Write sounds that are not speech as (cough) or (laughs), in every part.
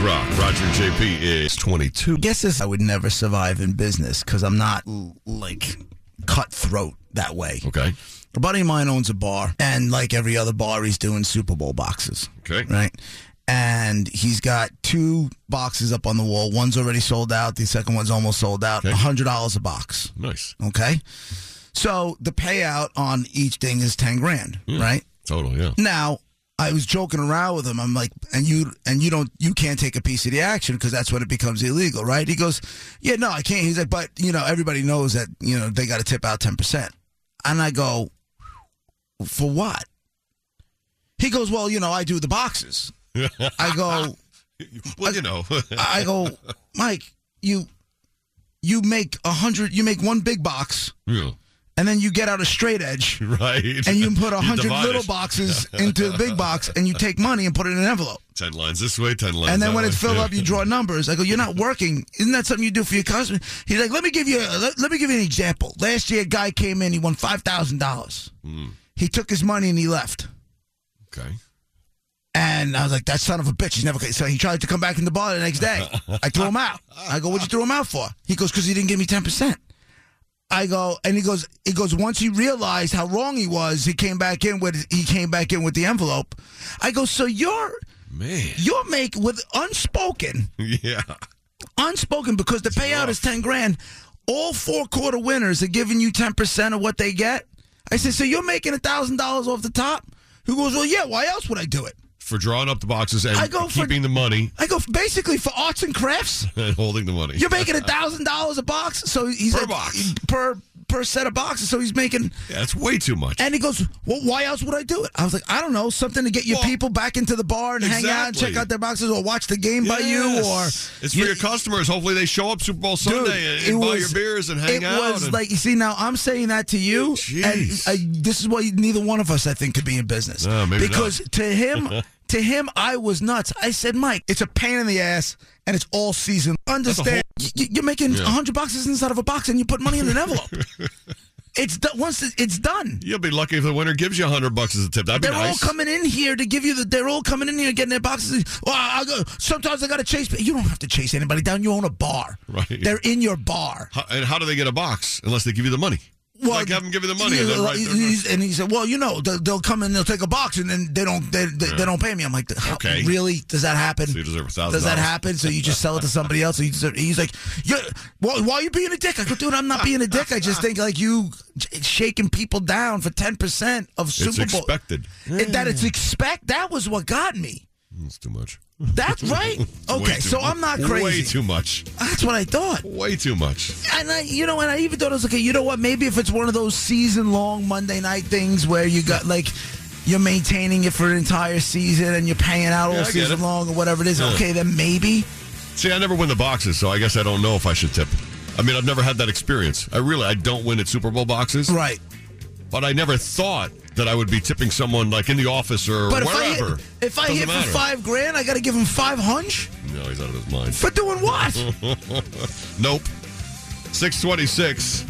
Rock, Roger JP is 22. Guess is I would never survive in business because I'm not l- like cutthroat that way. Okay. A buddy of mine owns a bar, and like every other bar, he's doing Super Bowl boxes. Okay. Right. And he's got two boxes up on the wall. One's already sold out. The second one's almost sold out. Okay. $100 a box. Nice. Okay. So the payout on each thing is 10 grand, Hmm. right? Total, yeah. Now, I was joking around with him. I'm like, and you and you don't you can't take a piece of the action because that's when it becomes illegal, right? He goes, yeah, no, I can't. He's like, but you know, everybody knows that you know they got to tip out ten percent, and I go, for what? He goes, well, you know, I do the boxes. I go, (laughs) Well, you know. I go, Mike, you you make a hundred, you make one big box, (laughs) Yeah, and then you get out a straight edge. right. and you can put a hundred divide little it. boxes into the big box, and you take money and put it in an envelope. Ten lines this way, ten lines And then that when way. it's filled Yeah. up, you draw numbers. I go, you're not working. Isn't that something you do for your customer? He's like, let me give you a, let, let me give you an example. Last year, a guy came in, he won five thousand dollars. He took his money and he left. Okay. And I was like, that son of a bitch, he's never. So he tried to come back in the bar the next day. I threw him out. I go, what'd you throw him out for? He goes, because he didn't give me ten percent. I go, and he goes, he goes. Once he realized how wrong he was, he came back in with he came back in with the envelope. I go, so you're Man. (laughs) you're make with unspoken, Yeah. unspoken because the payout is ten grand. All four quarter winners are giving you ten percent of what they get. I said, so you're making a thousand dollars off the top. He goes, well, yeah. Why else would I do it? For drawing up the boxes and I go for- keeping the money (laughs) I go basically for arts and crafts. and holding the money. You're making a thousand dollars a box, so he's Per at- box. per per set of boxes. So he's making, Yeah, that's way too much. and he goes, "Well, why else would I do it?" I was like, "I don't know, something to get your Well, people back into the bar and hang out and exactly. check out their boxes, or watch the game by you, Yes. or it's for you- your customers. Hopefully, they show up Super Bowl Dude, Sunday and, and buy your beers and hang it out. was and- Oh, like you see now. I'm saying that to you, Jeez. and I, this is why neither one of us I think could be in business. No, maybe not. because to him, (laughs) to him, I was nuts. I said, Mike, it's a pain in the ass, and it's all season. Understand? Y- y- you're making a hundred boxes inside of a box, and you put money in (laughs) an envelope. it's do- once it- it's done. you'll be lucky if the winner gives you a hundred bucks as a tip. That'd be They're nice. all coming in here to give you the. They're all coming in here getting their boxes. Well, I go, sometimes I gotta chase. You don't have to chase anybody down. You own a bar. Right. They're in your bar. How- and how do they get a box unless they give you the money? like have them give you the money. and, yeah, then right, he- there- he's- and he said, "Well, you know, they'll, they'll come and they'll take a box, and then they don't they, they, they don't pay me." I'm like, "How- Okay. really? Does that happen? So you deserve $1,000. Does that happen? So you just sell it to somebody else? So you deserve, he's like, "Yeah, why, why are you being a dick?" I go, "Dude, I'm not being a dick. I just think like you j- shaking people down for ten percent of it's Super Bowl. expected. And that it's expect. That was what got me. It's too much. That's (laughs) right. Way Okay, too so much. I'm not Way crazy. too much. That's what I thought. Way too much. And I, you know, and I even thought I was okay. You know what? Maybe if it's one of those season-long Monday night things where you got like you're maintaining it for an entire season and you're paying out Yeah, all I get season it. long or whatever it is. Yeah. Okay, then maybe. See, I never win the boxes, so I guess I don't know if I should tip. I mean, I've never had that experience. I really, I don't win at Super Bowl boxes, Right. but I never thought that I would be tipping someone like in the office or But if I wherever. hit, if I Doesn't hit matter. for five grand, I got to give him five hundred no, he's out of his mind. for doing (laughs) what? Nope. Six twenty-six.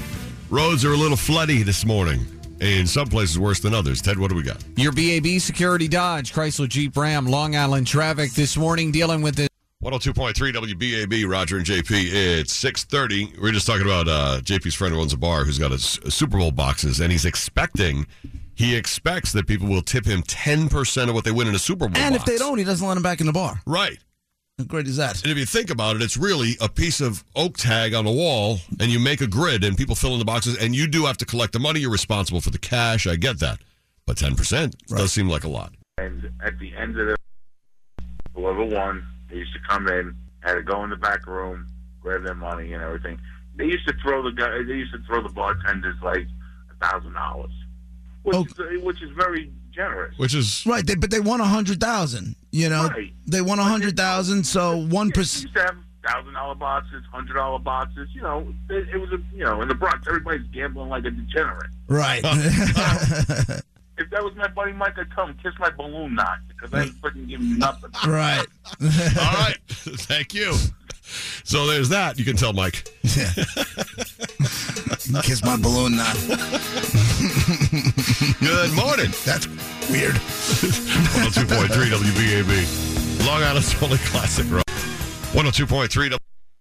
Roads are a little floody this morning, and some places worse than others. Ted, what do we got? Your BAB Security Dodge Chrysler Jeep Ram Long Island traffic this morning dealing with the 102.3 WBAB, Roger and JP. It's 6.30. We're just talking about uh, JP's friend who owns a bar who's got his Super Bowl boxes, and he's expecting, he expects that people will tip him 10% of what they win in a Super Bowl and if box. they don't, he doesn't let him back in the bar. Right. How great is that? And if you think about it, it's really a piece of oak tag on the wall, and you make a grid, and people fill in the boxes, and you do have to collect the money. You're responsible for the cash. I get that. But 10% does seem like a lot. And at the end of the whoever won, they used to come in, had to go in the back room, grab their money and everything. They used to throw the guy. They used to throw the bartenders like a thousand dollars, which Oh. is which is very generous. Which is (laughs) Right. They, but they won a hundred thousand. You know, Right. they won a hundred thousand, so one Yeah, we (laughs) percent. used to have thousand dollar boxes, hundred dollar boxes. You know, it, it was a you know in the Bronx, everybody's gambling like a degenerate. Right. (laughs) If that was my buddy Mike, I'd tell him kiss my balloon knot because I ain't freaking giving nothing. right. All right. (laughs) Thank you. So there's that. You can tell Mike. Yeah. Kiss my balloon knot. Good morning. That's (laughs) weird. 102.3 WBAB. Long Island's only classic rock. 102.3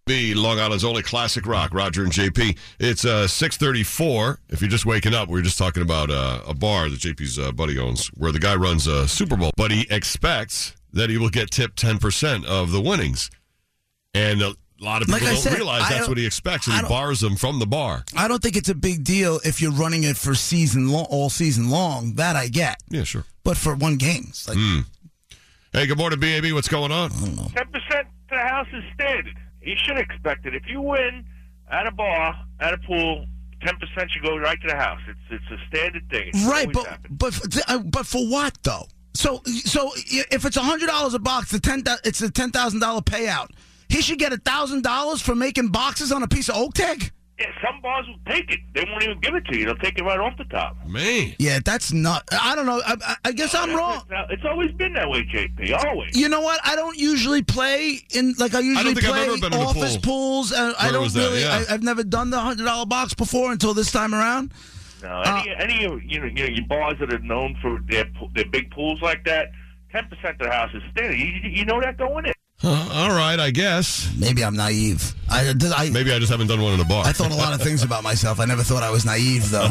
WB, Long Island's only classic rock. Roger and JP. It's uh, 634. If you're just waking up, we were just talking about uh, a bar that JP's uh, buddy owns where the guy runs a Super Bowl, but he expects that he will get tipped 10% of the winnings. And a lot of Like people I don't said, realize I that's don't- what he expects, I and he don't- bars them from the bar. I don't think it's a big deal if you're running it for season long, all season long. That I get, Yeah, sure. but for one game, it's Hmm. like Hey, good morning, BAB. What's going on? Ten percent to the house is standard. You should expect it. If you win at a bar, at a pool, ten percent should go right to the house. It's it's a standard thing. It's right. But always happened. but for- uh, but for what though? So so if it's a hundred dollars a box, the ten thou- it's a ten thousand dollar payout. He should get a thousand dollars for making boxes on a piece of oak tag. Yeah, some bars will take it. They won't even give it to you. They'll take it right off the top. Man. Yeah, that's not. I don't know. I, I- I guess I'm wrong. Now, it's always been that way, JP. Always. You know what? I don't usually play in like I usually think I've play ever been in a office pool. pools. And I Where don't was that? really. Yeah. I, I've never done the hundred dollar box before until this time around. No, any Uh, any of you know you know your bars that are known for their pool- their big pools like that. Ten percent of the house is standard. You, you- you know that going in. Huh, all right, I guess. Maybe I'm naive. I I, Maybe I just haven't done one in a bar. I thought a lot of things about myself. I never thought I was (laughs) naive though.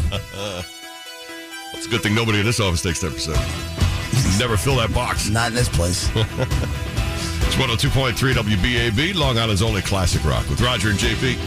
It's a good thing nobody in this office takes 10%. Never fill that box. Not in this place. It's 102.3 WBAB, Long Island's only classic rock with Roger and JP.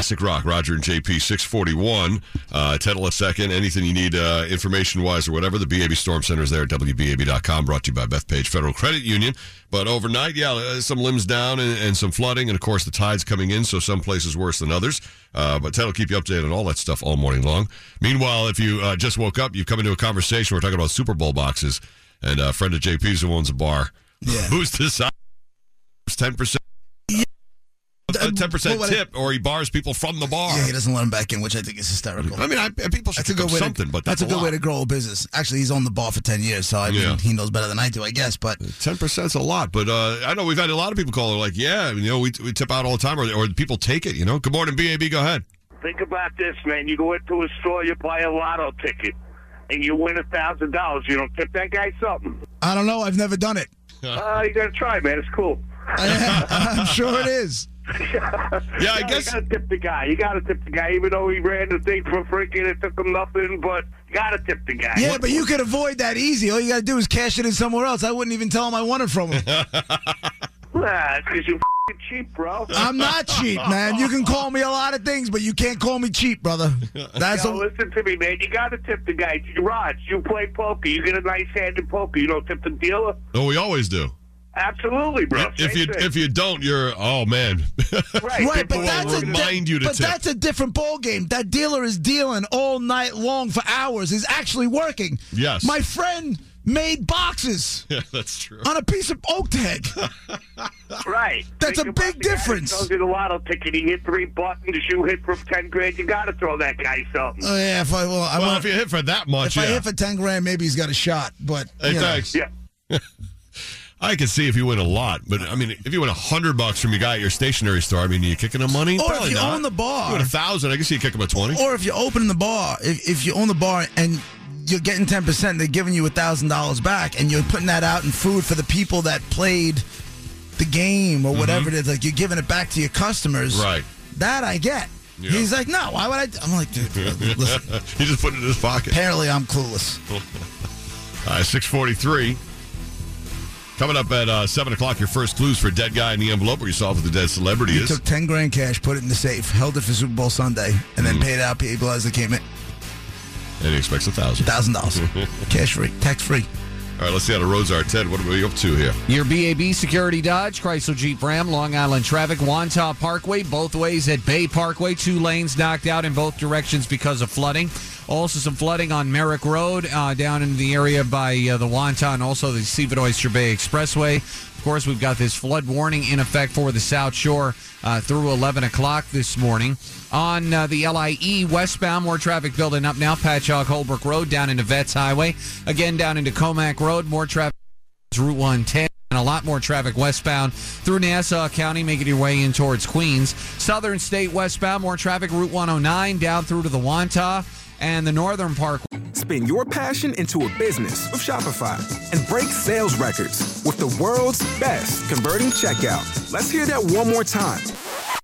Classic rock, Roger and JP, 641. Uh, Tedal a second. Anything you need uh, information wise or whatever, the BAB Storm Center is there at WBAB.com, brought to you by Beth Page Federal Credit Union. But overnight, yeah, uh, some limbs down and, and some flooding, and of course the tide's coming in, so some places worse than others. Uh, but Ted will keep you updated on all that stuff all morning long. Meanwhile, if you uh, just woke up, you've come into a conversation. We're talking about Super Bowl boxes, and a friend of JP's who owns a bar. Yeah. Who's decided 10%? A ten percent Well, what- tip, or he bars people from the bar. Yeah, he doesn't let him back in, which I think is hysterical. I mean, I, people should That's a think good of way something, to, but that's, that's, a good way lot. to grow a business. Actually, he's owned the bar for ten years, so I mean, Yeah. he knows better than I do, I guess. But Ten percent's a lot, but uh, I know we've had a lot of people call. They're like, "Yeah, you know, we, we tip out all the time, or, or people take it." You know, good morning, BAB. Go ahead. Think about this, man. You go into a store, you buy a lotto ticket, and you win a thousand dollars. You don't tip that guy (laughs) something. I don't know. I've never done it. Uh, you gotta try, man. It's cool. (laughs) I'm sure it is. Yeah, I No, guess. you gotta tip the guy. You gotta tip the guy, even though he ran the thing for freaking. It took him nothing, but you gotta tip the guy. Yeah, but you could avoid that easy. All you got to do is cash it in somewhere else. I wouldn't even tell him I won (laughs) it from him. Nah, it's 'cause you're f***ing cheap, bro. I'm not cheap, man. You can call me a lot of things, but you can't call me cheap, brother. That's a, Yo, listen to me, man. You gotta tip the guy. Rod, you play poker. You get a nice hand in poker. You don't tip the dealer. No, we always do. Absolutely, bro. If Same you thing. if you don't, you're oh man. (laughs) right, right, but will that's a remind you to but tip. that's a different ball game. That dealer is dealing all night long for hours. Is actually working. Yes. my friend made boxes yeah, that's true. on a piece of oak (laughs) tag. Right. That's a Think big about the guy that differens. Throws you the lotto ticket. He hit three buttons. You hit for ten grand. You got to throw that guy something. oh, yeah, if I well, I Well, want- if you hit for that much, if yeah. I hit for ten grand, maybe he's got a shot. But hey, you know. thanks. yeah. I can see if you win a lot, but I mean, if you win a hundred bucks from your guy at your stationery store, I mean, you kicking him money. Or Oh, if Probably you not. own the bar. Oh, you win a thousand. I can see you kick him a twenty. or if you open the bar, if, if you own the bar and you're getting 10%, they're giving you $1,000 back and you're putting that out in food for the people that played the game or whatever it is. Like you're giving it back to your customers. Mm-hmm. Right. (laughs) That I get. Yeah. He's like, no, why would I? d-" I'm like, dude, listen, (laughs) he just put it in his pocket. apparently I'm clueless. Uh, 643. Coming up at uh, 7 o'clock, your first clues for Dead Guy in the Envelope, where you solve who the dead celebrity He is. took 10 grand cash, put it in the safe, held it for Super Bowl Sunday, and then paid out people as they came in. and he expects a thousand. $1,000. cash free, tax free. All right, let's see how the roads are. Ted, what are we up to here? Your BAB Security Dodge, Chrysler Jeep Ram, Long Island traffic, Wantagh Parkway, both ways at Bay Parkway. Two lanes knocked out in both directions because of flooding. Also, some flooding on Merrick Road uh, down in the area by uh, the Wonton, also the Seaford Oyster Bay Expressway. Of course, we've got this flood warning in effect for the South Shore uh, through 11 o'clock this morning. On uh, the LIE westbound, more traffic building up now. Patchogue Holbrook Road down into Vets Highway. Again, down into Comac Road, more traffic. It's Route 110. And a lot more traffic westbound through Nassau County, making your way in towards Queens. Southern State westbound, more traffic, Route 109 down through to the Wanta and the Northern Park. Spin your passion into a business with Shopify and break sales records with the world's best converting checkout. Let's hear that one more time.